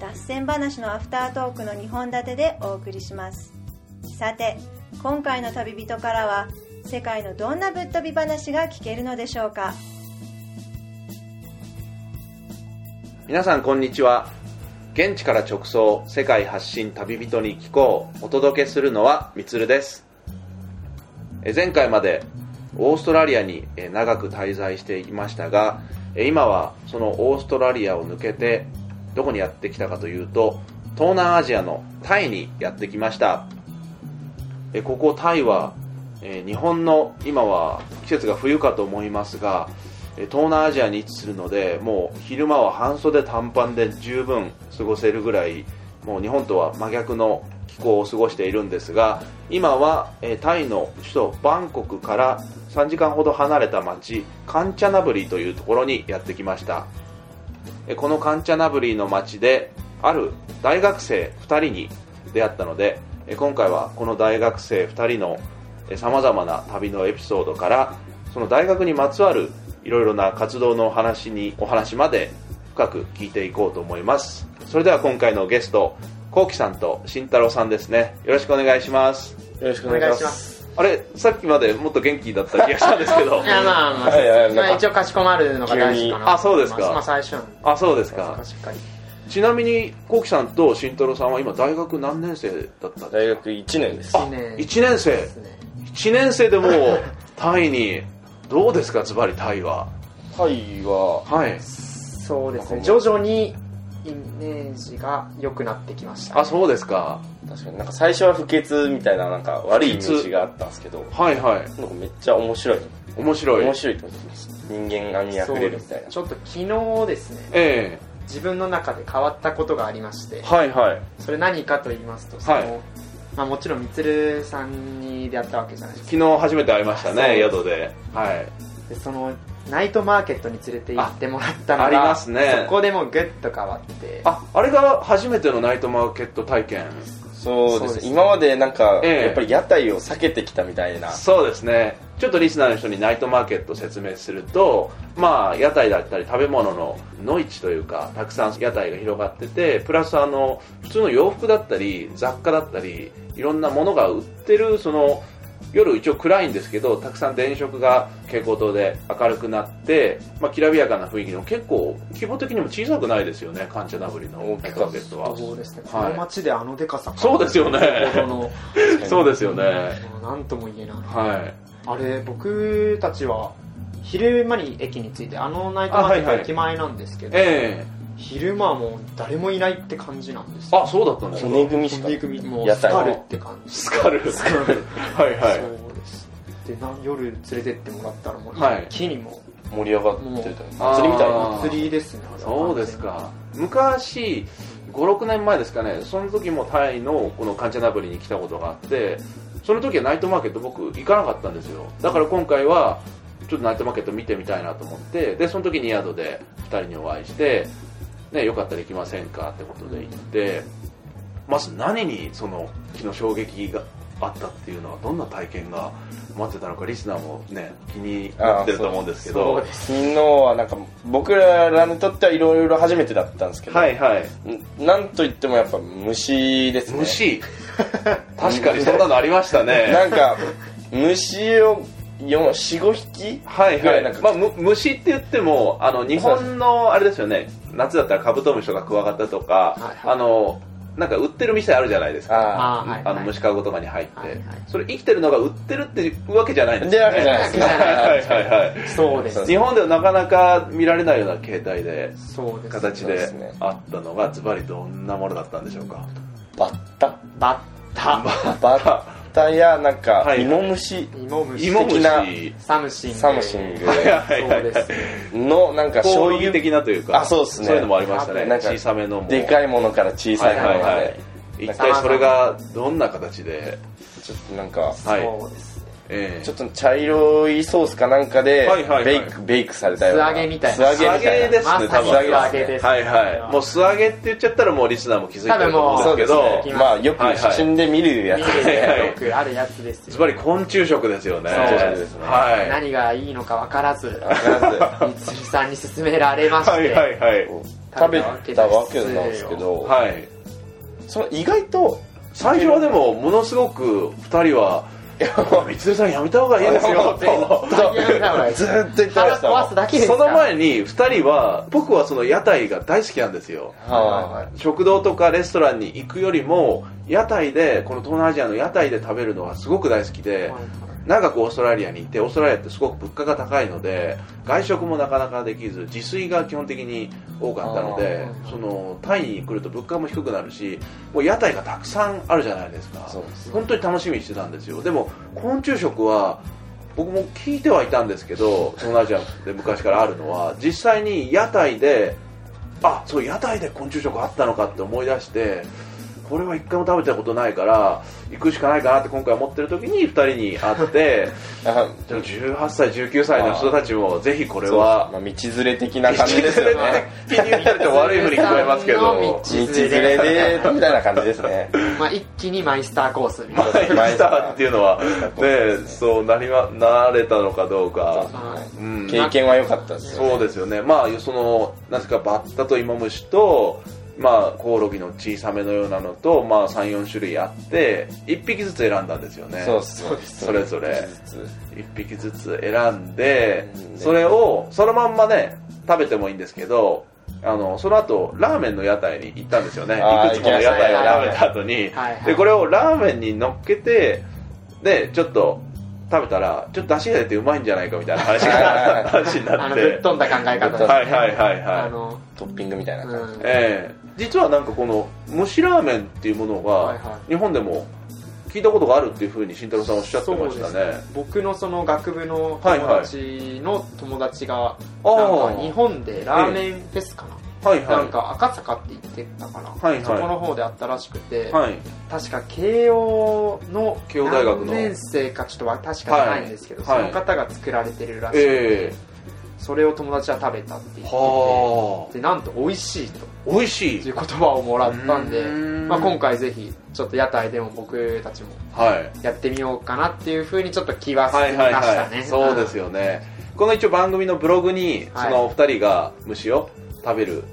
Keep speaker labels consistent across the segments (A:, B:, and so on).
A: 脱線話のアフタートークの2本立てでお送りしますさて今回の旅人からは世界のどんなぶっ飛び話が聞けるのでしょうか
B: 皆さんこんにちは現地から直送世界発信旅人に聞こうお届けするのはみつるですえ前回までオーストラリアにえ長く滞在していましたがえ今はそのオーストラリアを抜けてどこにやってきたかというと東南アジアのタイにやってきましたえここタイはえ日本の今は季節が冬かと思いますがえー東南アジアに位置するのでもう昼間は半袖短パンで十分過ごせるぐらいもう日本とは真逆の気候を過ごしているんですが今は、えータイの首都バンコクから3時間ほど離れた町カンチャナブリというところにやってきましたえーこのカンチャナブリの町である大学生2人に出会ったのでえー今回はこの大学生2人のさまざまな旅のエピソードからその大学にまつわるいろいろな活動のお話にお話まで深く聞いていこうと思いますそれでは今回のゲストこうきさんと慎太郎さんですねよろしくお願いします
C: よろしく
D: お
C: お
D: 願
C: 願
D: い
C: い
D: し
C: し
D: ま
C: ます。
D: す。
B: あれさっきまでもっと元気だった気がしたんですけど
D: いや、 まあまあ、
C: はいはい
D: ま
C: なん
D: あ
C: か
D: 一応かしこまるのが大事か
B: 急に
D: な
B: あそうですか
D: まあ、まあ最初なんで
B: あそうです
D: ま
B: か
D: あしっかり。
B: ちなみにこうきさんと慎太郎さんは今大学何年生だったんで
C: 大学1年です。
B: あ
D: 一年
B: 1年生
D: ですね。
B: 1年生でもうタイにどうですかズバリタイは
C: タイは、
B: はい
D: そうですね。徐々にイメージが良くなってきました。
B: あそうですか
C: 確かになんか最初は不潔みたいななんか悪いイメージがあったんですけど、
B: はいはい
C: なんかめっちゃ面白い。
B: 面白い
C: 面白いと思ってます。人間が見あふ
D: そう
C: れ
D: で
C: るみ
D: す
C: たい
D: ね
C: な。。
D: ちょっと昨日ですね、
B: え
D: 自分の中で変わったことがありまして
B: え、はいはい
D: それ何かと言いますと、その、
B: はい
D: まあもちろん、みつるさんに出会ったわけじゃないですか。
B: 昨日初めて会いましたね
D: そう
B: 宿ではい
D: でその、ナイトマーケットに連れて行ってもらったのが、
B: あありますね
D: そこでもうグッと変わって、
B: ああれが初めてのナイトマーケット体験
C: そうで
D: そう
C: す
D: ですね
C: 今までなんか、
B: ええ
C: やっぱり屋台を避けてきたみたいな。
B: そうですねちょっとリスナーの人にナイトマーケットを説明するとまあ屋台だったり食べ物の野市というかたくさん屋台が広がっててプラスあの普通の洋服だったり雑貨だったりいろんなものが売ってるその夜一応暗いんですけどたくさん電飾が蛍光灯で明るくなって、まあ、きらびやかな雰囲気の結構規模的にも小さくないですよねカンチャナブリの
C: 大
B: ナイ
C: き
B: トマー
C: かった
B: ケ
C: で
B: ッ
C: す
B: トは
D: そうですね、
B: はい
D: この街であのでかさか
B: そうですよね
D: ほどの
B: そうですよね
D: なんとも言えない
B: はい
D: あれ僕たちは昼間に駅に着いてあのナイトマーケット
B: あはいはい
D: 駅前なんですけど、
B: え
D: 昼間はもう誰もいないって感じなんです
B: え
D: よ
B: あそうだったんですか
C: 骨組みしか
D: 飛んでいくみもう
C: 屋
D: スカル
C: 台
D: っ。て感じ
B: スカル
D: スカル
B: はいはい
D: そうですでな夜連れてってもらったらもう
B: はい
D: 一気にも
C: 盛り上がってるという
B: もう
C: か祭りみたい
B: あ
C: な
B: ー。
D: う釣りですねあれは
B: そうですか昔56年前ですかねその時もタイのこのカンチャナブリに来たことがあってその時はナイトマーケット僕行かなかったんですよだから今回はちょっとナイトマーケット見てみたいなと思ってでその時に宿で2人にお会いして、ね、よかったら行きませんかってことで行ってまず何にその昨日衝撃があったっていうのはどんな体験が待ってたのかリスナーもね気になってると思うんですけど
D: そうです
C: 昨日はなんか僕らにとってはいろいろ初めてだったんですけど、
B: はいはい
C: んなんといってもやっぱ虫ですね。
B: 虫 確かにそんなのありました
C: な
B: ね
C: んか、虫を4、45匹
B: はい
C: ぐ
B: は
C: ら
B: い
C: いなんか
B: まあ、む虫って言ってもあの日本のあれですよね夏だったらカブトムシとかクワガタとか、
D: はいはい
B: あのなんか売ってる店あるじゃないですか
C: あ
D: あーはい
B: あの虫かごとかに入って、
D: はいはい
B: それ生きてるのが売ってるっていうわけじゃないん
C: ー
B: です
C: で
B: よ
C: わ
B: ね
C: けじゃないですか。
B: はいはいはい
D: そうです
B: 日本ではなかなか見られないような形態で
D: そうです
B: 形
C: そうで
B: です
C: ね
B: あったのがズバリどんなものだったんでしょうか
C: バッタ
D: バッタ
C: バッタタやなんか
B: はい
C: 芋虫
D: 芋虫
B: 芋虫
C: 的な
D: サムシング
C: サムシング
B: はいはいはい
D: そうですね
C: のなんか
B: 醤
C: 醤
B: 油
C: 油
B: 的なというか
C: あそうっすね
B: そういうのもありましたね
C: なんか
B: 小さめのも
C: で
B: い
C: かいものから小さいものまで、
B: はいはいはい一体それがどんな形で、
C: ちょっとなんか
B: はい
D: そうですね
B: ええ
C: ちょっと茶色いソースかなんかで
B: はいはいはい
C: ベイクベイクされたよう
D: 素
C: な
D: 揚げみたいな
C: 素揚げみた
B: 素揚げ
C: いな
B: ですね
D: まさに
B: 多分
D: 素揚げですね
B: はいはいもう素揚げって言っちゃったらもうリスナーも気づいてると思
D: 多
B: うん
C: そ
B: です
C: う
B: け
C: です
B: ど
C: ねまあよく写真で見るやつ
D: 見
C: です
D: る
C: ね、
B: はいはい
D: よくあるやつです
B: ズ
D: よ
B: バリ昆虫食ですよね
D: そう
C: ですね
B: はい
D: 何がいいのか分からず
C: は
D: 三つさんに勧められまして
B: はいはいはい
C: 食べたわけなんですけど、
B: はい
C: その意外と
B: 最初はでもものすごく2人は「三つさんやめた方がいいですよ」と
D: 大変なのが
C: ずっと言ってま
D: 腹
C: したもん
D: 壊すだけですか
B: その前に2人は僕はその屋台が大好きなんですよ
C: は
B: 食堂とかレストランに行くよりも屋台でこの東南アジアの屋台で食べるのがすごく大好きで長くオーストラリアに行ってオーストラリアってすごく物価が高いので外食もなかなかできず自炊が基本的に多かったので
D: あー
B: そのタイに来ると物価も低くなるしもう屋台がたくさんあるじゃないですか
C: いそうです
B: 本当に楽しみにしてたんですよでも昆虫食は僕も聞いてはいたんですけど東南アジアで昔からあるのは実際に屋台であそう屋台で昆虫食あったのかって思い出してこれは一回も食べたことないから行くしかないかなって今回思ってる時に2人に会って
C: あ
B: でも18歳19歳の人たちもぜひこれは
C: そうですまあ、道連れ的な感じですよね
B: 気 に入ってると悪いふうに聞こえますけど
D: 道
C: 道連れでみたいな感じです ね
D: まあ一気にマイスターコースみたいな
B: マイスターっていうのはねそうなりまなれたのかどうか。
D: はい
B: うん
C: 経験は良かったですよ
B: そうですよね、まあ、そのなぜかバッタとイモムシと、まあ、コオロギの小さめのようなのと、まあ、34種類あって1匹ずつ選んだんですよね
C: そうそうです
B: それぞれ1匹ずつ選んで
C: うん
B: それをそのまんまね食べてもいいんですけどあのその後ラーメンの屋台に行ったんですよねい
C: あー
B: くつもの屋台を食べた後に、
D: はいはい
B: でこれをラーメンに乗っけてでちょっと食べたらちょっと出汁が出てうまいんじゃないかみたいな話
C: はいはい
B: が
C: は
B: 話にな
D: あ
B: っ
D: の
B: て
D: ぶっ飛んだ考え方ですね
B: はいはいはいはい
D: あの
C: トッピングみたいな
D: う
C: 感
D: ん
B: ええ実はなんかこの蒸しラーメンっていうもの
D: はい
B: が
D: は
B: 日本でも聞いたことがあるっていうふうに慎太郎さんおっしゃってました
D: そうで
B: ね
D: 僕のその学部の友達の友達が
B: あ
D: なんか日
B: あ
D: 本でラーメンフェスかな、
B: はいは
D: なん
B: い
D: か赤坂って言ってたかな、
B: はいはい
D: そこの方であったらしくて、
B: はい
D: 確か慶応の
B: 慶応大学の
D: 何年生かちょっとは確かじゃないんですけど、
B: はいはい
D: その方が作られてるらしくて、
B: え
D: それを友達は食べたって
B: え
D: 言ってて
B: は
D: でなんと美味しいと
B: あ美味し
D: いう
B: い
D: 言葉をもらったんで
B: うーん
D: まあ、今回ぜひちょっと屋台でも僕たちも
B: はい
D: やってみようかなっていうふうにちょっと気は
B: は
D: 進
B: い
D: み
B: はい
D: ましたね、
B: はいそうですよねこの一応番組のブログに
D: はい
B: そのお二人が虫を食べる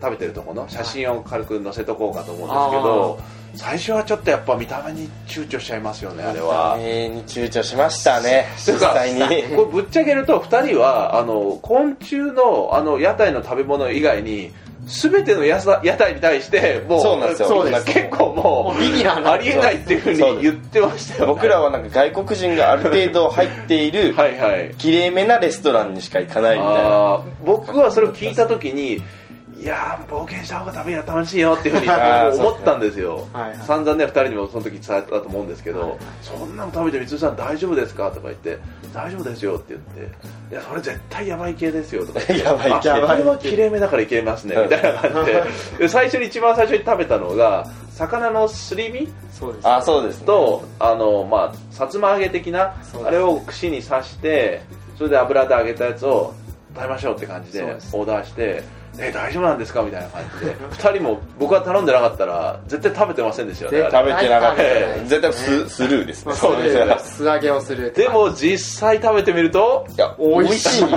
B: 食べてるとこの写真を軽く載せとこうかと思うんですけど最初はちょっとやっぱ見た目に躊躇しちゃいますよねあれ
C: じ
B: は
C: 永遠に躊躇しましたね
B: そう
C: 実
B: か
C: 際に
B: これぶっちゃけると2人はあの昆虫のあの屋台の食べ物以外に全てのやさ屋台に対してもう
C: そうなんですよ
B: もう
C: そうです
B: 結構も
D: もうビギナー
B: う
D: な
B: あ
D: んで
B: りえないっていうふうに言ってましたよ、ね、
C: 僕らはなんか外国人がある程度入っている
B: はいはい
C: きれいめなレストランにしか行かないみたいな
B: あー僕はそれを聞いた時にいやー冒険した方が食べや楽しいよっていうふうに
C: あー
B: 思ったんですよ
D: はいはい
B: 散々ね2人にもその時伝えたと思うんですけど、
D: はいはい
B: そんなの食べて光代さん大丈夫ですかとか言って大丈夫ですよって言っていやそれ絶対やばい系ですよとか言って
C: やばい系
B: あこれはきれいめだからいけますねみたいな感じで で最初に一番最初に食べたのが魚のすり身
D: そうです
C: あーそうですね
B: とあのまあさつま揚げ的な
D: そうです
B: あれを串に刺してそれで油で揚げたやつを食べましょうって感じでオ
D: そうです
B: ーダーしてえ大丈夫なんですかみたいな感じで2人も僕は頼んでなかったら絶対食べてませんでしたよね
D: 絶対
B: あ
C: 食べてなかった
B: え
D: え
C: 絶対ススルーですね
D: そうです
C: い
D: ね素揚げをするって
B: れでも実際食べてみると
C: や
D: 美
C: 美
D: 味
C: 味
D: し
C: し
D: い
C: いい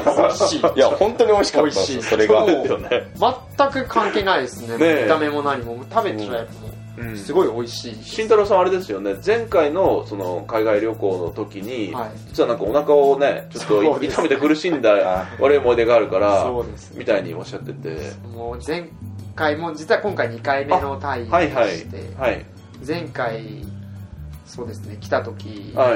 C: や本当に美味しかったんですよ
D: 美味しい
C: それが
D: そう
B: ですよね
D: 全く関係ないです
B: ね
D: ね
B: え
D: 見た目も何も食べてたらやっぱも
B: う
D: うんすごい美味しいです、
B: 慎太郎さんあれですよね前回のその海外旅行の時に、
D: はい
B: 実はなんかお腹をねちょっ
D: そう
B: と
D: です
B: 痛めて苦しんだ悪い思い出があるから
D: そうです
B: みたいにおっしゃってて
D: もう前回も実は今回2回目のタイで
B: はいはい
D: して、
B: はい
D: 前回そうですね来た時、
B: はい
D: あの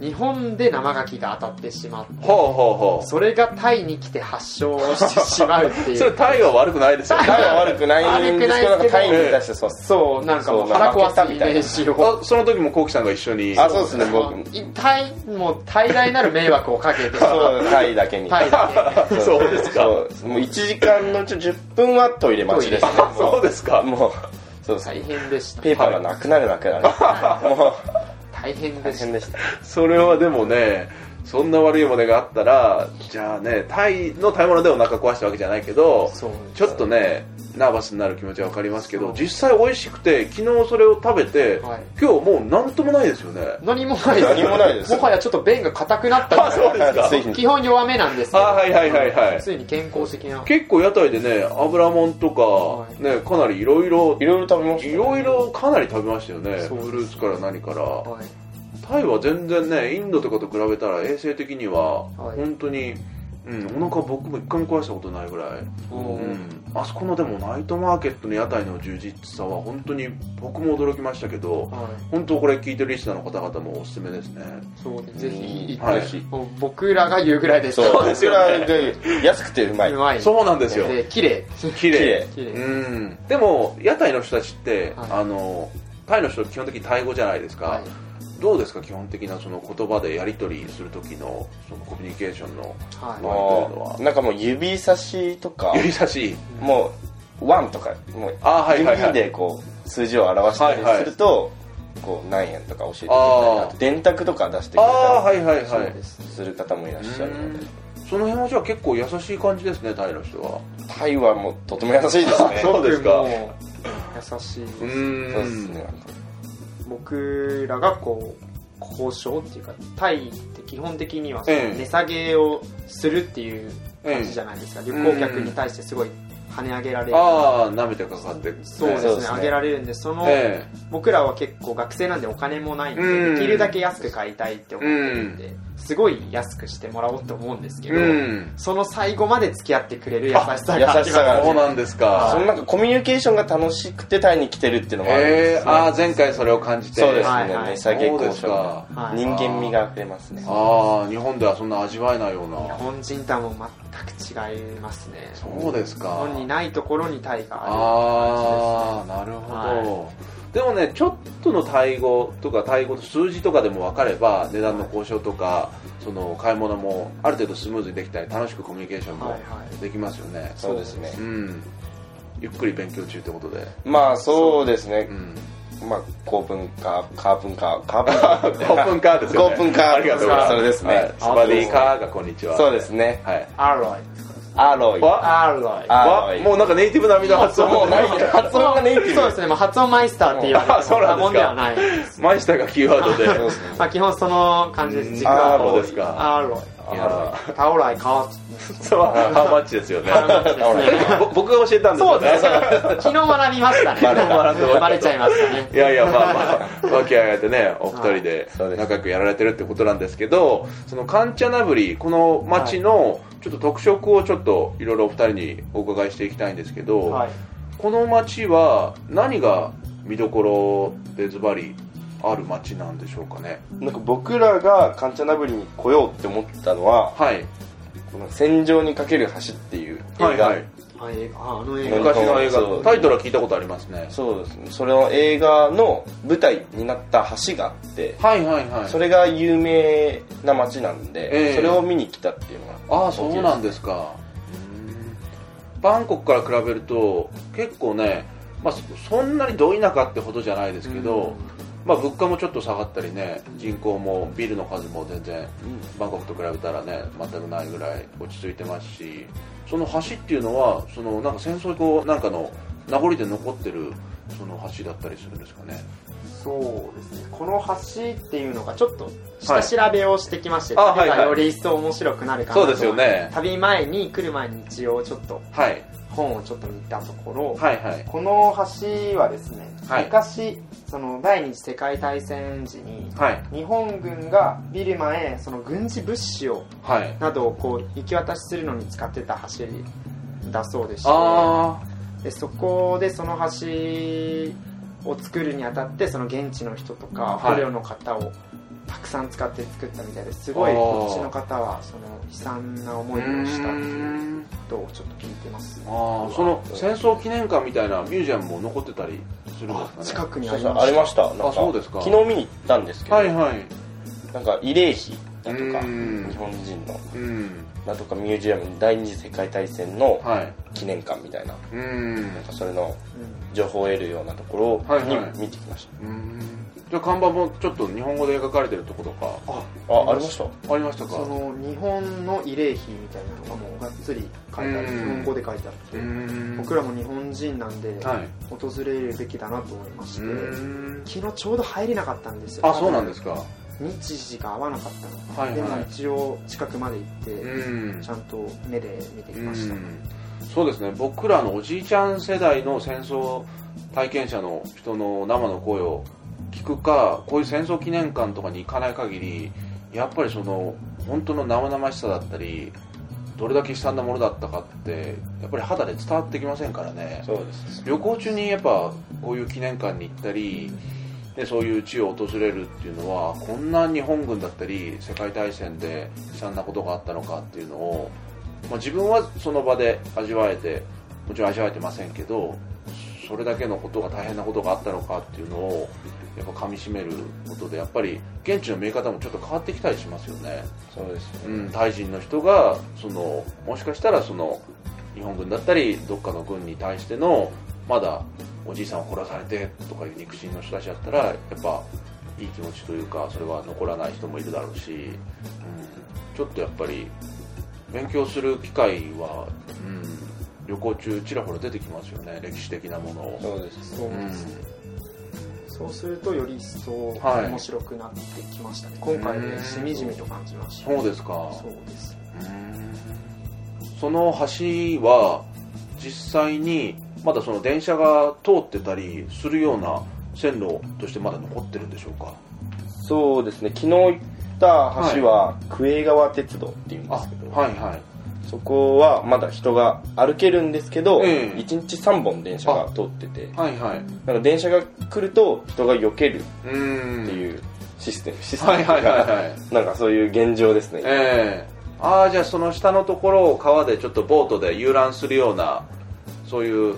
D: 日本で生牡蠣が当たってしまって
B: ほうほうほ
D: それがタイに来て発症してしまうって
B: う
D: い
B: それ
D: う
B: タイは悪くないですよね
C: タイは悪くないんですけど、なんかタイに出してそうっす。
D: そうなんかもう腹壊すイメージを
B: あその時もコウキさんが一緒に
C: あ、そうですね、僕。
D: タイもう大大なる迷惑をかけ て
C: そう、タイだけに。
D: タイだけ
B: そうですか
C: そうですもう1時間のうち10分はトイレ待ちですね。
B: あそうですか
C: もう、もうそうです。
D: 大変でした
C: ペーパーがなくなるなくなる。もう、
D: 大変で
C: 大
D: した
C: 変でした。
B: それはでもねそんな悪いものがあったらじゃあねタイの食べ物でお腹壊したわけじゃないけど
D: そう
B: ちょっとねナーバスになる気持ちは分かりますけ
D: そ
B: ど
D: う
B: 実際美味しくて昨日それを食べて、
D: はい
B: 今日もう何ともないです よね
D: 何もないです
C: 何もないです
D: もはやちょっと便が硬くなったぐらい
B: あそうですか
C: ついに。
D: 基本弱めなんですけ
B: あ
D: ど
B: はいはいはいはい
D: ついに健康的な
B: 結構屋台でね油もんとか、
D: はい
B: ねかなりいろいろ
C: いろいろ食べました、
B: いろいろかなり食べましたよね
D: そうです
B: フルーツから何から、
D: はい
B: タイは全然ねインドとかと比べたら衛生的には
D: はい
B: 本当に、うん、お腹僕も一回も壊したことないぐらい、
D: そう
B: うん、あそこのでもナイトマーケットの屋台の充実さは本当に僕も驚きましたけど
D: はい
B: 本当これ聞いてるリスナーの方々もおすすめですね
D: そうねぜひ行
B: は
D: っ
B: い
D: てほしい、もう僕らが言うぐらいです
C: そう
B: そうですよね
C: 僕らが安くてうまい。
D: うまい
B: そうなんですよ
D: で綺麗
B: 綺麗
D: 綺麗
B: うんでも屋台の人たちって、
D: はい
B: あのタイの人基本的にタイ語じゃないですか、
D: はい
B: どうですか基本的なその言葉でやり取りする時のそのコミュニケーションの
D: はい
C: もうなんかもう指差しとか、
B: 指差し
C: もう、ワンとか、もう、
B: あはいはいはい
C: 指でこう、数字を表した
B: はいは
C: り
B: い
C: すると、こう、何円とか教えてくれたり
B: あ
C: あと、電卓とか出してくれ
B: あ
C: た
B: あ
C: り
B: はいはい
D: そう
B: はい
D: です
C: する方もいらっしゃるので、
B: その辺はじゃあ結構優しい感じですねタイの人は
C: タイはもうとても優しいですね。
B: そうですか
D: 僕も優しいです、
C: そうですね。
D: 僕らがこう交渉っていうかタイって基本的にはその
B: ええ
D: 値下げをするっていう
B: え
D: 感じじゃないですか、旅行客に対してすごい跳ね上げられる、
B: ああ舐めてかかって
D: そう
C: そ
D: ですね
C: うですね
D: 上げられるんでその、
B: え
D: 僕らは結構学生なんでお金もないんで、
B: うん
D: できるだけ安く買いたいって思ってるんで、すごい安くしてもらおうと思うんですけ
B: え
D: ど、
B: うん
D: その最後まで付き合ってくれる優しさが
C: あ優しさが
B: そうなんです
C: そ
B: か
C: のなんかコミュニケーションが楽しくてタイに来てるっていうのもあるんで
B: え
C: す
B: えああ前回それを感じて
C: そうです
D: はい
C: ね。
D: はい
C: 値下げ交渉
B: そうです
D: かはい
C: 人間味が溢れますね。
B: ああ日本ではそんな味わえないよう
D: 日
B: な
D: 本人とはもう全く違いますね
B: そうです
D: 日
B: か
D: 本にないところにタイがあ
B: ああなるほど、でもねちょっとのタイ語とかタイ語と数字とかでも分かれば値段の交渉とかその買い物もある程度スムーズにできたり楽しくコミュニケーションも
D: はいはい
B: できますよね、
C: そうですね
B: う。んゆっくり勉強中ってことで、
C: まあそうですね
B: う。 ん、
C: まあ、高文化、カープンカー、カープン
B: オ
C: カ
B: ープンカーですよ、
C: ー、
B: ね、
C: 高文化、
B: ありがとうございます
C: それです
B: はい
C: ね。
B: スバディーカーがこんにちは
C: そうですね。
B: はい
D: るんですアロイ
C: アロイ。
B: わ
D: アロイ
C: あ
B: わもうなんかネイティブ並みの発音
C: もうない発音がネイティブ
D: そうですね、まあ、発音マイスターって言われて
B: あそうなんですか
D: 過言ではないです、
B: マイスターがキーワード で
C: そうですね。
D: まあ、基本その感じです
B: うん
D: 軸は
B: アロイですか
D: アロ
B: い
D: イ
B: や
D: タオライカー
B: そうハマッチですよね
D: そうですね
B: ぼ 僕が教えたんですよね
D: 昨日学びましたね
B: バレた
D: バレちゃいましたね
B: いやいや、まあまあ、わけあげて ね、お二人で
C: そうです
B: 仲良くやられてるってことなんですけど、そのカンチャナブリ、この街のちょっと特色をちょっといろいろお二人にお伺いしていきたいんですけど、
D: はい
B: この街は何が見どころでズバリある街なんでしょうかね。
C: なんか僕らがカンチャナブリに来ようって思ったのは、
B: はい。
C: この戦場にかける橋っていう映画、
B: はいはい。
D: あ映画ああの映画
C: なんか
B: 昔の映
C: そ
B: 画、
C: う
B: タイトルは聞いたことありますね。
C: そうですね。それの映画の舞台になった橋があって、
B: はいはいはい。
C: それが有名な街なんで、
B: ええ
C: それを見に来たっていうのが
B: ああそうなんですかうんバンコクから比べると結構ね、まあ、そそんなにど田舎ってほどじゃないですけど、まあ、物価もちょっと下がったりね人口もビルの数も全然バンコクと比べたらね全くないぐらい落ち着いてますしその橋っていうのはそのなんか戦争後なんかの名残で残ってるその橋だったりするんですかね
D: そうですねこの橋っていうのがちょっと下調べをしてきまして、
B: はいあはい
D: 旅が
B: はい
D: より一層面白くなるかなと
B: そうですよね
D: 旅前に来る前に一応ちょっと
B: はい
D: 本をちょっと見たところ、
B: はいはい
D: この橋はですね、
B: はい
D: 昔その第二次世界大戦時に
B: はい
D: 日本軍がビルマへその軍事物資を
B: はい
D: などをこう行き渡しするのに使ってた橋だそうでして
B: あ
D: でそこでその橋を作るにあたってその現地の人とか
B: はい
D: 捕虜の方をたくさん使って作ったみたいですごい
B: あー
D: こっちの方はその悲惨な思いをしたっていう
B: ーん
D: ことをちょっと聞いてます
B: ああその戦争記念館みたいなミュージアムも残ってたりするん
D: あ
B: ですか
D: 近
B: ね
D: くに
C: そ
D: あ
C: う
D: り
C: そう
D: ま
C: あり
D: す
C: ましたなんか
B: あそうですか
C: 昨日見に行ったんですけど、
B: はいはい
C: なんか慰霊碑だとか
B: うん
C: 日本人の
B: うん
C: だとかミュージアムに第二次世界大戦の
B: はい
C: 記念館みたいな
B: うん
C: なんかそれの
D: うん
C: 情報を得るようなところ
B: はいはい
C: に見てきました、
B: うんじゃあ看板もちょっと日本語で描かれてるとことか
D: あ
C: あありました
B: ありましたか
D: その日本の慰霊碑みたいなのがもうがっつり書いて
B: う
D: ある
B: ん
D: 日本語で書いてあ
B: う
D: って
B: ん
D: 僕らも日本人なんで
B: はい
D: 訪れるべきだなと思いまし
B: う
D: て
B: ん
D: 昨日ちょうど入れなかったんですよ
B: あそうなんですか
D: 日時が合わなかったの
B: はいはい
D: でも一応近くまで行って、
B: うん
D: ちゃんと目で見てきました、
B: うんそうですね僕らのおじいちゃん世代の戦争体験者の人の生の声を聞くかこういう戦争記念館とかに行かない限りやっぱりその本当の生々しさだったりどれだけ悲惨なものだったかってやっぱり肌で伝わってきませんからね
C: そうです
B: 旅行中にやっぱこういう記念館に行ったりでそういう地を訪れるっていうのはこんな日本軍だったり世界大戦で悲惨なことがあったのかっていうのを、まあ、自分はその場で味わえてもちろん味わえてませんけどそれだけのことが大変なことがあったのかっていうのをやっぱ噛みしめることでやっぱり現地の見え方もちょっと変わってきたりしますよね。
C: そうですよ
B: う
C: ね、
B: ん、タイ人の人がそのもしかしたらその日本軍だったりどっかの軍に対してのまだおじいさんを殺されてとかいう肉親の人たちだったらやっぱいい気持ちというかそれは残らない人もいるだろうし、うん、ちょっとやっぱり勉強する機会は、うん、旅行中ちらほら出てきますよね歴史的なものを。
C: そうです
D: そう
B: う
D: ですね
B: ん
D: そうするとより一層
B: はい
D: 面白くなってきましたね、今回
B: うん
D: ねしみじみと感じました
B: そうですか
D: そうです
B: その橋は実際にまだその電車が通ってたりするような線路としてまだ残ってるんでしょうか
C: そうですね昨日行った橋は久江川鉄道っていうんですけど、
B: はいはい
C: そこはまだ人が歩けるんですけど、
B: ええ
C: 1日3本電車が通ってて
B: はいはい
C: なんか電車が来ると人が避ける
B: うーん
C: っていうシステム、システム
B: はいはいはいはい
C: なんかそういう現状ですね
B: ええああじゃあその下のところを川でちょっとボートで遊覧するようなそういう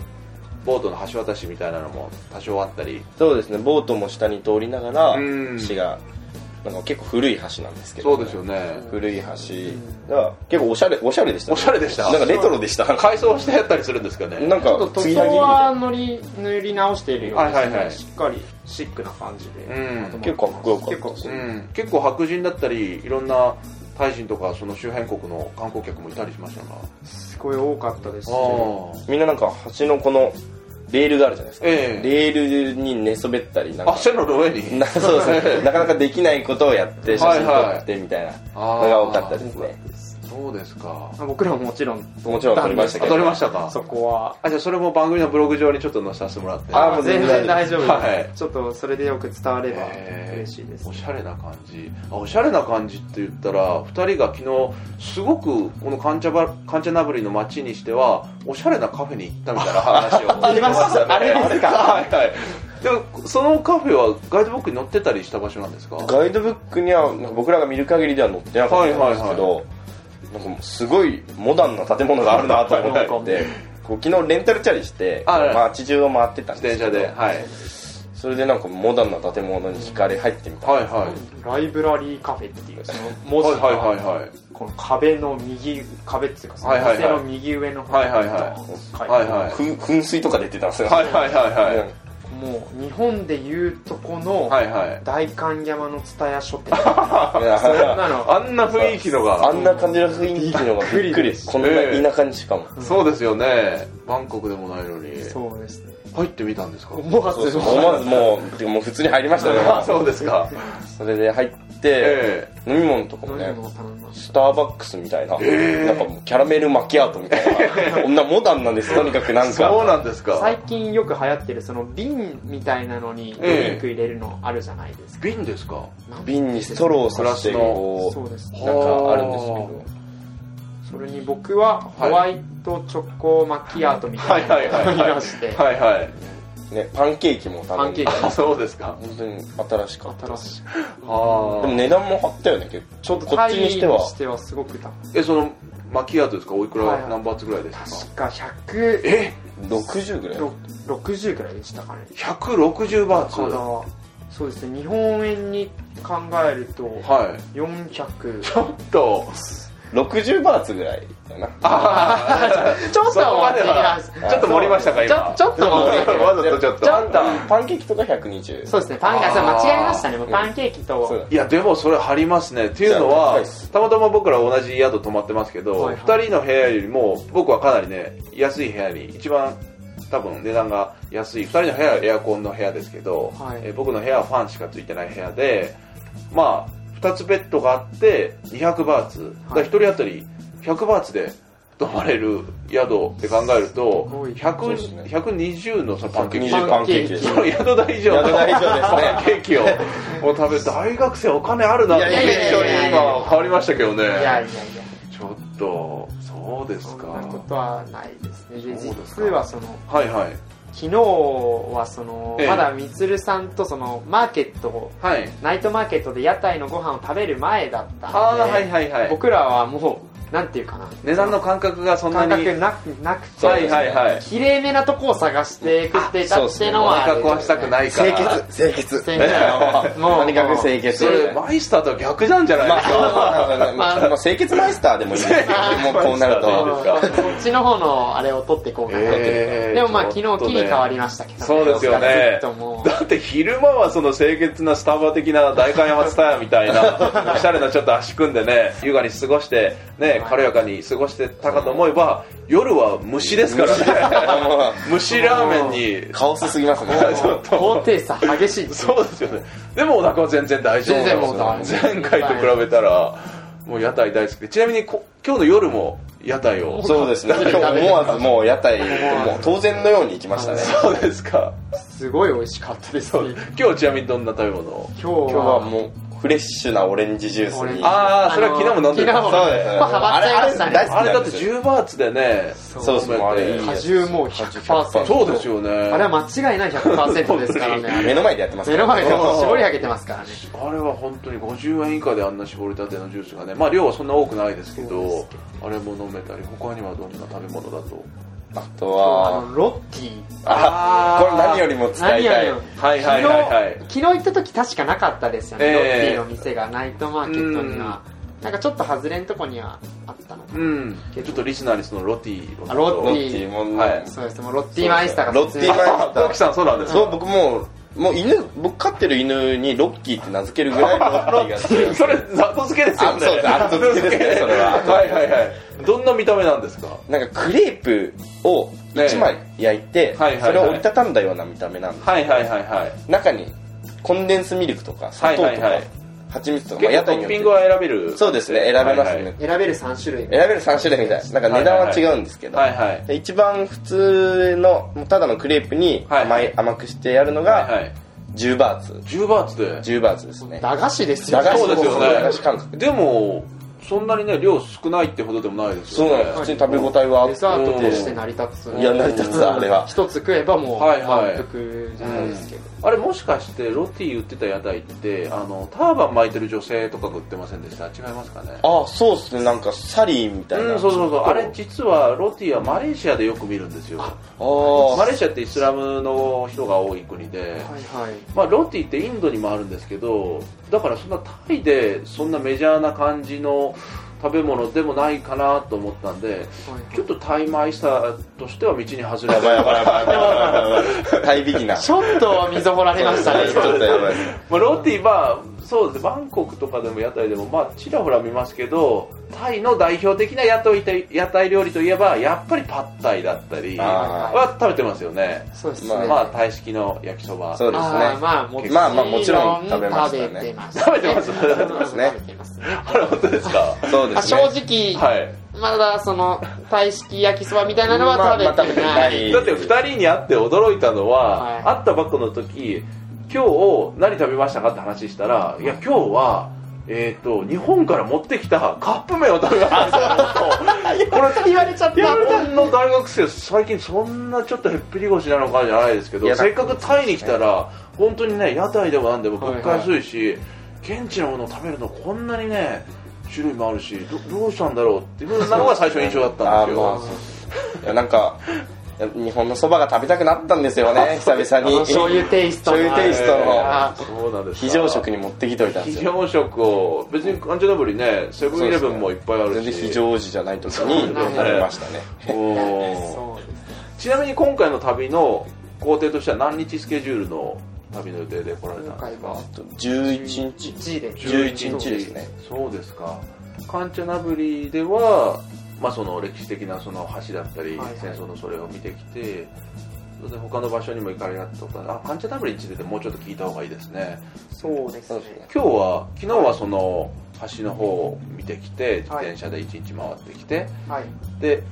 B: ボートの橋渡しみたいなのも多少あったり
C: そうですねボートも下に通りながら
B: うん
C: 橋がなんか結構古い橋なんですけど、
B: そうですよね
C: 古い橋が結構おしゃれおしゃれでした、
B: おしゃれでした
C: なんかレトロでしたなんか
B: 改装してやったりするんですかね
C: なん
D: ちょ
C: か
D: っと
C: 継
D: 塗
C: ぎはぎみたいな
D: 装は塗り塗り直しているようですね、
B: はいはいはい
D: しっかりシックな感じで、
B: うん
D: まとまってます
C: 結構かっこよかった
D: 結構
C: です
B: うん、結構白人だったりいろんなタイ人とかその周辺国の観光客もいたりしましたが
D: すごい多かったですし
C: みんななんか橋のこのレールがあるじゃないですか、
B: ええ
C: レールに寝そべったりなん
B: あ
C: か
B: 線路の上に
C: な そうですねなかなかできないことをやって写真撮ってみたいな
B: あ
C: のが多かったですね
B: すそうですか
D: まあ僕らももちろん
C: もちろん撮りました
B: あ
C: け
B: 撮
C: ど
B: れましたか
D: そこは
B: あじゃあそれも番組のブログ上にちょっと載せさせてもらって
C: あ
D: あ
C: もう全
D: 全
C: 然
D: 然大丈夫です、
B: はい
D: ちょっとそれでよく伝われば
B: えー
D: 嬉しいです、
B: おしゃれな感じあおしゃれな感じって言ったら2人が昨日すごくこのカンチャバカンチャナブリの街にしてはおしゃれなカフェに行ったみたいな話を
D: ありましたねあれですか
B: はいはいでもそのカフェはガイドブックに載ってたりした場所なんですか
C: ガイドブックにはなんか僕らが見る限りでは載ってなかったんですけど、なんかもうすごいモダンな建物があるなと思って、こう昨日レンタルチャリして
B: あはい
C: 街中を回ってたん
B: 自
C: で
B: 転
C: すけ
B: 車
C: ど
B: ではい
C: それでなんかモダンな建物に惹かれ入ってみた、
B: はいはい
D: ライブラリーカフェっていうその文
B: はい
D: 字が、
B: はいはいはい
D: この壁の右壁っていうかその
B: はいはいはい
D: 店の右上の方
B: はい
D: に
B: はいはい
D: 書いて
B: は
D: あ
B: い
D: る
B: はい
C: ふん噴水とか出てたんですよ、
B: はいはいはい はい
D: もう日本でいうとこの
B: はいはい
D: 代官山の蔦屋書店 そん
C: あ
D: なの
B: あんな雰囲気のが
C: んな感じの雰囲気のがびっくりですこんな田舎にしかも、
B: そうですよねバンコクでもないのに
D: そうですね
B: 入ってみたんですか
D: 思わ
C: そう
D: ず
C: そう思わずもうてかもう普通に入りましたね
B: あ そうですか
C: それで入って、
B: ええ
C: 飲み物とかも
D: 飲
C: ね
D: み物を頼みまし
C: スターバックスみたいな、なんかもうキャラメルマキアートみたいな、こんなモダンなんです、とにかくなん
B: そう
C: か。
B: なんです
D: た
B: か
D: 最近よく流行ってるその瓶みたいなのにド
B: ええ
D: リンク入れるのあるじゃないですか、
B: 瓶ですか
C: 瓶にストローを
B: グラ
C: さし
B: ス
C: て、
B: の
C: こ
D: そうです
C: う、なんかあるんですけど、
D: それに僕はホワイトチョコマキアートみたいなのを
B: はいはいはいはい
D: 飲みまして
B: はいはい
C: ね、パンケーキも頼んで
D: パンケー
B: あそうですか
C: 本当に新しかった
D: 新しい
B: あ
C: でも
B: あ、
C: 値段も張ったよね結構ちょっとこっちにして
D: タイに
C: は
D: してはすごく高い
B: えそのマキアートですかおいくら、
D: はいはい
B: 何バーツぐらいですか
D: 確か100
B: え
C: 60ぐらい
D: ろ60ぐらいでしたかね
B: 160バー
D: だ
B: ツ
D: から
B: は
D: そうですね日本円に考えると
B: い
D: 400
B: ちょっと
C: 60バーツぐらいだな
B: そこ
D: ちょっとは
B: まではちょっと盛りましたか
D: ちょ
B: 今
D: ちょっと
B: わ
D: は
B: ざとちょっと
D: ちょ
C: パンタパンケーキとか120
D: そうですねパンケーキそう
B: あー
D: 間違えましたねもう
C: うん
D: パンケーキと、
C: そう
B: いやでもそれ張りますねっていうのは
C: 高いっす
B: たまたま僕ら同じ宿泊まってますけど、
D: はいはい
B: 2人の部屋よりも僕はかなりね安い部屋に一番多分値段が安い2人の部屋はエアコンの部屋ですけど、
D: はい
B: え僕の部屋はファンしかついてない部屋でまあ2つベッドがあって200バーツだから1人当たり100バーツで泊まれる宿って考えると
D: すごい
C: そうです
B: 100
C: ね
B: 120のさパンケーキ
C: 120パンケーキです
B: その宿代以上の
C: 宿題以上ですね
B: パンケーキをもう食べて大学生お金あるなって
C: いやいや
B: 印
C: い
B: 象
C: やい
B: に
C: や
B: 今変わりましたけどね
D: いやいやいや
B: ちょっとそうです
D: そん
B: か
D: なことはないですねで
B: そうですか
D: 実はその
B: はいはい
D: 昨日はその、
B: ええ
D: まだみつるさんとそのマーケットを
B: はい
D: ナイトマーケットで屋台のご飯を食べる前だったんで、
B: ああはいはいはい
D: 僕らはもうなんていうかな
B: 値段の感覚がそんな
D: 感
B: に
D: 覚なくなくて、
B: はいはいはい
D: きれいめなとこを探して食ってたっての
B: お
D: はあ
B: 腹
D: る
B: 壊したく ないか
C: 清
B: ら
C: 潔清潔
D: 清潔もう
C: とにかく清潔
B: それマイスターとは逆なんじゃない
C: ま
B: で
C: あ
B: すか、
C: そうなんだねまあまあ清潔マイスターでもいいですもうこうなる
B: そう
C: と
B: ですか
D: うんこっちの方のあれを取っていこうかなと、
B: ええ
D: でもまあ昨
B: ちょっ
D: 日
B: と
D: 木
B: ね
D: に変わりましたけど、
B: そうですよね
D: ずっとも う
B: だって昼間はその清潔なスタバ的な代官山ツタヤみたいな おしゃれなちょっと足組んでね優雅に過ごしてね軽やかに過ごしてたかと思えば夜は虫ですからね
C: も
B: 虫ラーメン
C: う
B: に
C: カオスすぎますね
D: 高低差激しいです
B: そうですよねでもお腹は全然大丈夫
D: 全然もう大丈夫
B: 前回と比べたらもう屋台大好きでちなみにこ今日の夜も屋台を
C: そうですね今日思わずもう屋台もう当然のように行きましたね
B: そうですか
D: すごい美味しかったですね
B: 今日ちなみにどんな食べ物を
D: 今日は
C: 今日はもうフレッシュなオレンジジュース
D: オレン
C: に
D: ジ
B: ああそれは昨日も飲んでた
D: 昨日も
C: そうですね
D: まあハマっちゃいましたね
C: あれ
B: あれだって
C: そう
B: 10バーツでね
C: そうそうあれいいやつ
D: 果汁もう100%
B: そうですよね
D: あれは間違いない100%ですからねあ
C: 目
D: れ
C: の前でやってますか
D: 目
C: ら
D: の前でもう絞り上げてますからね
B: あれは本当に50円以下であんな絞りたてのジュースがねまあ量はそんな多くないですけ
D: そうで
B: ど
D: すけ
B: あれも飲めたり他にはどんな食べ物だと
C: あと
D: あ
C: は
D: のロッキー
B: あ
C: あ
B: ー
C: これ何よりも伝えたい
D: 何よ
B: はいはいはいはい
D: 昨日昨日行った時確かなかったですよね、
B: ええ
D: ロッティの店がナイトマーケットには、なんかちょっと外れんとこにはあったのかな
B: うんちょっとリスナーにそのロティを
D: あロ
C: ロ
D: テ
C: ッ
D: ィ
C: ティもね
B: はい
D: そうですもうロッティマイスターが
C: ロッティマイ
B: あトキさんそうなんです
C: そう僕もうもう犬僕飼ってる犬にロッキーって名付けるぐらい ロッキーが好きなんです
B: それ後付けですよね
C: あそうです後付けですねそれは
B: はいはいはいどんな見た目なんですか
C: なんかクレープを1枚焼いて、
B: はいはいはい
C: それを折りたたんだような見た目なんで
B: はいはいはいはい
C: 中にコンデンスミルクとか砂糖とか、
B: はいはいはい
C: 蜂蜜とか、まあ、
B: 結
C: 屋
B: 構ト
C: 台に
B: ッ
C: よ
B: ピング
C: っ
B: は選べる
C: てそうですね選べますね、
D: 選べる3種類
C: 選べる3種類みたいななんか値段は違うんですけど、
B: はいはい
C: で一番普通のもうただのクレープに甘い、
B: はい
C: 甘くしてやるの
B: はい
C: が
B: はい
C: 10バーツ
B: 10バーツで
C: 10バーツですね
D: 駄菓子ですよ
C: 駄菓子
B: そうですよね
C: 駄菓子感覚
B: でもそんなにね量少ないってほどでもないです
C: そ
B: よ
C: う
B: ね
C: なんです普通に食べ応えはあ
D: デザ
C: っ
D: ートとして成り立つ
C: ていや成り立つわあれは
D: 一つ食えばもう
B: はいはい
D: 満腹じゃないですけど、
B: あれもしかしてロティ売ってた屋台ってあのターバン巻いてる女性とかが売ってませんでした違いますかね
C: ああそうっすねなんかサリーみたいな、
B: うんそうそうそうあれ実はロティはマレーシアでよく見るんですよ
C: あ
B: マレーシアってイスラムの人が多い国で、
D: はいはい
B: まあ、ロティってインドにもあるんですけどだからそんなタイでそんなメジャーな感じの食べ物でもないかなと思ったんでちょっとタイマイスターとしては道に外れ
C: あやばいやばい
B: た
C: やばいやばいやばいタイビギナー
D: ちょっと溝掘られましたね
C: ちょっとやばいです
B: まあ、ロティはそうですねバンコクとかでも屋台でもまあちらほら見ますけどタイの代表的な屋台屋台料理といえばやっぱりパッタイだったり
C: あー
B: は食べてますよね
D: そうですね、
C: ま
B: まあタイ式の焼きそば
C: そうですね
D: あーまあもちろん
C: まあまあもちろん食べましたね
D: 食べてま
B: 食べてます
C: ね
D: 食べてますね
B: あれ本当ですか
C: そうで
D: あ
C: す
D: 正
C: ね
D: 直、
B: はい
D: まだその大式焼きそばみたいなのは
C: まあまあ
D: 食べてな
C: 食
D: い,、
C: べて
B: だって2人に会って驚いたのは、
D: はい
B: 会ったばっかの時今日何食べましたかって話したら「いや今日はえっ、と、日本から持ってきたカップ麺を食べましたんですよ これ、
D: 言われちゃった
B: 日本の大学生、最近そんなちょっとへっぴり腰なのかじゃないですけ
C: い
B: ど、
C: や
B: せっかくタイに来たら、本当にね、屋台でもなんでも物価安いし、現地のものを食べるのこんなにね、種類もあるし、どどうしたんだろうっていうふうなのが最初の印象だったんです
C: あーまあ
B: よ
C: そう。いやなんかいや日本のそばが食べたくなったんですよね久々に
D: 醤油テイストの
C: 醤油テイストの
D: あ
B: そうなんです
C: 非常食に持ってきておいたんで
B: 非
C: すよ
B: 常食を別にアンジェラブリねセブンイレブンもいっぱいある
C: 全
B: し
C: 然非常時じゃない時に
B: そう
C: 食べましたね
B: おー
D: そうです
B: ちなみに今回の旅の工程としては何日スケジュールの旅の予定で来られたん
D: 今
B: で
D: 回
B: すか
D: は
C: 11日
D: 1位で
C: 11日ですね
B: そうですかカンチャナブリでは、まあ、その歴史的なその橋だったり、
D: はいはい
B: 戦争のそれを見てきて当然他の場所にも行かれたとかあカンチャナブリについてもうちょっと聞いた方がいいですね
D: そうです
C: そう
D: ね
C: ですね
B: 今日は昨日はその橋の方を見てきて自
D: はい
B: 転車で一日回ってきて、
D: はい
B: で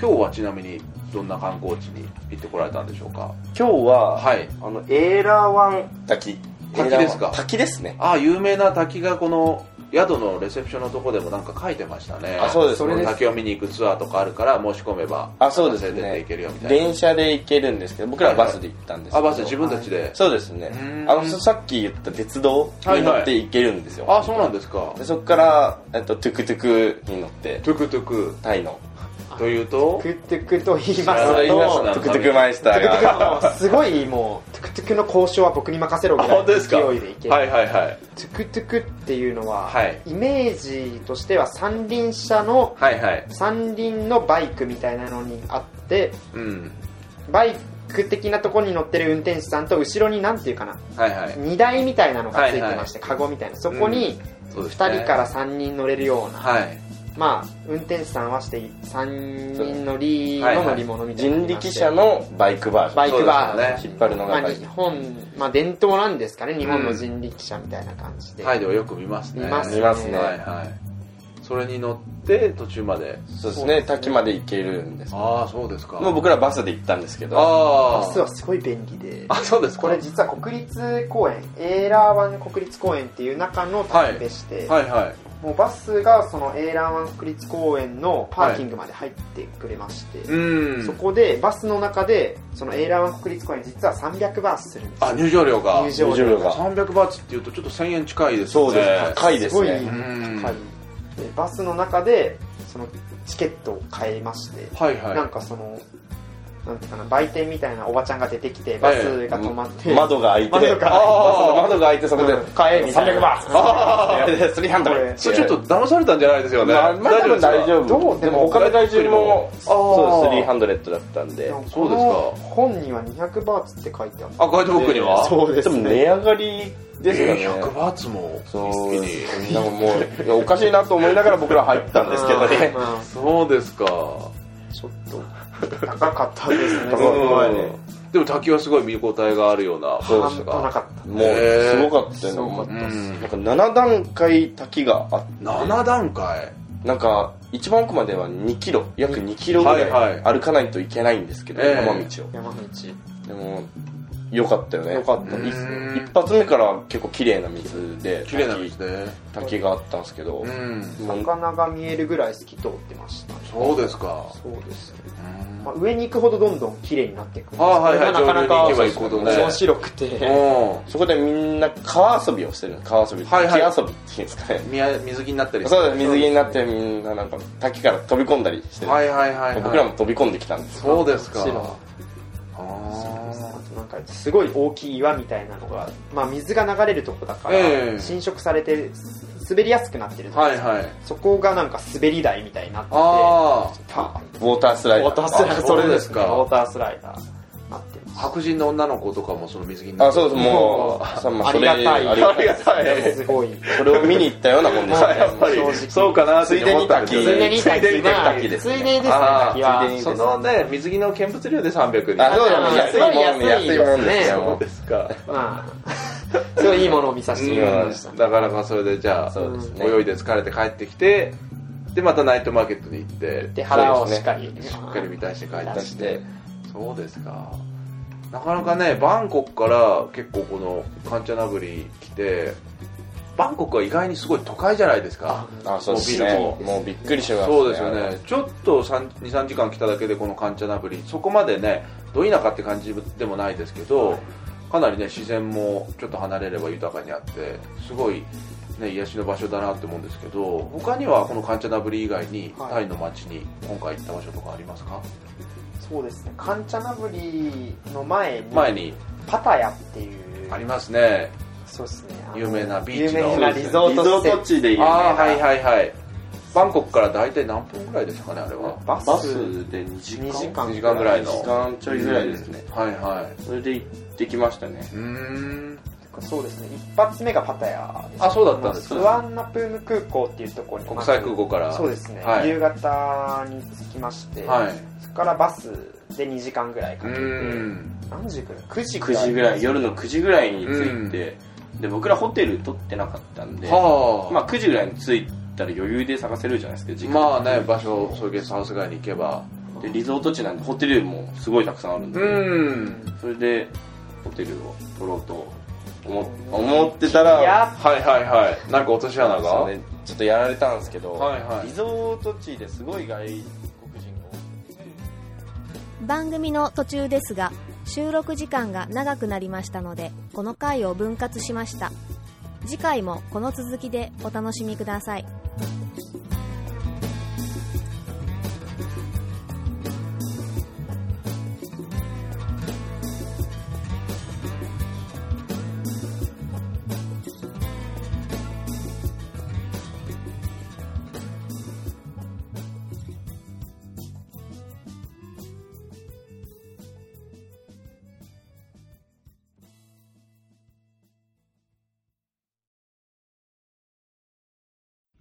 B: 今日はちなみにどんな観光地に行ってこられたんでしょうか
C: 今日は
B: はい
C: あのエーラワン滝
B: 滝ですか
C: 滝ですね
B: ああ有名な滝がこの宿のレセプションのとこでもなんか書いてましたね
C: あそうです
B: この
C: それです
B: 滝を見に行くツアーとかあるから申し込めば
C: あそうですね
B: 連れてって行けるよみたいな
C: 電車で行けるんですけど僕らはバスで行ったんですけど
B: あバス自分たちで、
C: そうですね
B: うん
C: あのさっき言った鉄道に乗って行けるんですよ
B: あそうなんですか
C: でそこから、えっと、トゥクトゥクに乗って
B: トゥクトゥク
C: タイの
B: というと
D: トゥクトゥクと言い
B: あ
D: ま
B: そ
D: す
B: れ言います
D: と
B: ね
C: トゥクトゥクマイスター
D: トゥクトゥク
C: が
D: はもうすごいもうトゥクトゥクの交渉は僕に任せろみ
B: あ
D: たい
B: 本当
D: な
B: ですか
D: 勢いでいける、
B: はいはいはい
D: トゥクトゥクっていうのは、
B: はい
D: イメージとしては三輪車の
B: はいはい
D: 三輪のバイクみたいなのにあって
B: うん
D: バイク的なとこに乗ってる運転手さんと後ろになんていうかな
B: はいはい
D: 荷台みたいなのがついてまして、カゴみたいなそこに
B: そう
D: 2
B: で
D: 人
B: すね
D: から3人乗れるような、
B: はい
D: まあ運転手さんはして3人乗りの乗り物みたいなの
C: 人
D: があって
C: 力車のバイクバージョ
D: バ
C: ン
D: イクバー
B: そうですよね
C: 引っ張るの
D: ま
C: が
D: あ、
C: バイ
D: 日
C: ク
D: 本、まあ、伝統なんですかね日本の人力車みたいな感じで、
B: タイではよく見ますね
D: 見ますね
C: 見ますね
B: はいはいそれに乗って途中まで
C: そうですね滝まで行けるんです
B: ああそうですか
C: もう僕らバスで行ったんですけど
B: あ
D: バ
B: あ
D: スはすごい便利で
B: あそうですか
D: これ実は国立公園エーラー湾国立公園っていう中の旅でして、
B: はいはい
D: もうバスがそのエーラー湾国立公園のパーキングまで入ってくれまして、
B: うん
D: そこでバスの中でそのエーラー湾国立公園実は300バースするんです
B: あ入場料が
D: 入
C: 入場料が
B: 300バーツっていうとちょっと1000円近いですね
C: そうです高いですす
D: ごい
C: ね
D: 高いでバスの中でそのチケットを買いまして、
B: はいはい
D: なんかそのなんていうかな売店みたいなおばちゃんが出てきてバスが止まって、
C: 窓が開いて
D: 窓が
C: あー窓が開いてそこで
D: うん
C: 「買え」みたいな
D: 300バーツ
C: あースリーハンド
D: これ
B: それちょっと騙されたんじゃないですよね
C: まあまあ多分大丈
B: 夫
C: 夫
D: どう
C: でもお金大丈夫も
B: あー
C: そうです300だったんで
B: そうですか
D: この本には200バーツって書いてある
B: あガイドブックには
D: そうで
C: ですも
D: ね
C: 値上がりですよね
B: えー100バーツも
C: そう
B: 一気に
C: なんかもういやおかしいなと思いながら僕ら入ったんですけどね
D: うんうん
B: そうですか
D: ちょっと高かったですね
C: 高かった
D: は
C: はいい
B: うんでも滝はすごい見応えがあるような
C: そうで
D: 半
C: す
D: 端
C: か
D: なかった
C: もうすごかったよねもう
B: うん
C: なんか7段階滝があって
B: 7段階
C: なんか一番奥までは2キロ約2キロぐ
B: はい
C: ら
B: はい
C: い歩かないといけないんですけど、
B: ええ
C: 山道を
D: 山道
C: でも良かったよね
D: 良かった
B: うん
C: い一発目からは結構綺麗な水で
B: 綺麗な水で
C: 滝滝があったんですけど、
B: うん
C: もう
D: 魚が見えるぐらい透き通ってましたね
B: そうですか
D: そうですね、
B: うん
D: まあ、上に行くほどどんどん綺麗になっていくんですけど
B: あはいはい
D: なかな
B: 上流
D: か
B: に行けば行くほどね
D: 面白くて
B: うん
C: そこでみんな川遊びをしてるの川遊び、
B: はいはい
C: 滝遊びっていうんですかね
B: みや水着になったりして
C: そうです水着になってみんななんか滝から飛び込んだりしてる、
B: はいはいはい、はい、
C: 僕らも飛び込んできたんです
B: そうですか
D: もちろん
B: あ
D: あ
B: ー
D: となんかすごい大きい岩みたいなのが、まあ、水が流れるとこだから
B: ええ
D: 浸食されてす滑りやすくなってるとこ
B: はいはい
D: そこがなんか滑り台みたいになってて
B: あ
D: パーン
C: ウォータースライ
D: ウォ
C: ダ
D: ー
C: ー
D: タースライダ
B: あ
D: ーそ
B: そ
D: れです
B: うです
D: ね
B: か
D: ウォータースライダーになってます
B: 白人の女の子とかもその水着にな
C: あ
B: って
C: そうですもうさまあ
D: あ
C: そ
D: り
C: れ
D: がたい
C: あり がたいです
B: たい
D: すごい
C: それを見に行ったようなもんでし
D: は
C: た
D: い
C: ね
D: やっぱりそう
B: かな
C: って思ったんです
D: つい
C: よね
D: でに
C: ついでに
D: 滝
C: 滝です
D: つい
C: ね
D: でですね
B: あ
D: 滝は
C: ついでに
B: そのね水着の見物料で300に
C: あ、そうだ
D: あ
C: ね。
D: 安
C: 安
D: い
C: い
D: も
C: も
D: ん
C: ん
D: ね
C: ね。安いもんです
D: そ
C: よ
B: で。すか
D: まあすごいいいものを見させていただきました
B: なかなかそれでじゃあ
C: そうですね
B: 泳いで疲れて帰ってきてでまたナイトマーケットに行って
D: で腹をしっかり
B: しっかり満たして帰って
C: 出
B: き
C: してて。
B: そうですかなかなかねバンコクから結構このカンチャナブリ来てバンコクは意外にすごい都会じゃないですか
C: あそうです
B: もう
C: ね
B: ビル
C: もうびっくりします
B: そうですよねちょっと23時間来ただけでこのカンチャナブリそこまでねど田舎って感じでもないですけどかなりね自然もちょっと離れれば豊かにあってすごい、ね、癒しの場所だなって思うんですけど他にはこのカンチャナブリ以外に、
D: はい
B: タイの街に今回行った場所とかありますか
D: そうですねカンチャナブリの前に
B: 前に
D: パタヤっていう
B: ありますね
D: そうですねあの
B: 有名なビーチの
D: 有名なリゾート
C: リ
D: 施設
C: ゾート地で有名
B: ああ
C: な
B: はいはいはいバンコクから大体何分ぐらいですかねあれは
D: バス
C: バスで2時間
D: 2時間
B: 2時間ぐらいの
C: 2時間ちょいぐらいですね、
B: はいは
C: それで行ってきましたね
B: いうーん
D: そうですね一発目がパタヤです
B: あそうだったんです
D: スワンナプーム空港っていうところに
B: 国際空港から
D: そうですね、
B: はい
D: 夕方に着きまして、
B: はい
D: そこからバスで2時間ぐらいか
B: う
D: けて
B: ーん
D: 何時ぐらい9時ぐ
C: 9
D: らい
C: 時ぐらい夜の9時ぐらいに着いて、で僕らホテル取ってなかったんで、
B: はあ
C: まあ、9時ぐらいに着いたら余裕で探せるじゃないですか時間、
B: まあね場所そういうゲストハウス街に行けば
C: でリゾート地なんでホテルもすごいたくさんあるんで、
B: うん
C: それでホテルを取ろうと思思ってたら
D: いや
B: はいはいはいなんか落とし穴が
C: そうねちょっとやられたんですけど、
B: はいはい
C: リゾート地ですごい外国人が多い
E: 番組の途中ですが収録時間が長くなりましたのでこの回を分割しました次回もこの続きでお楽しみください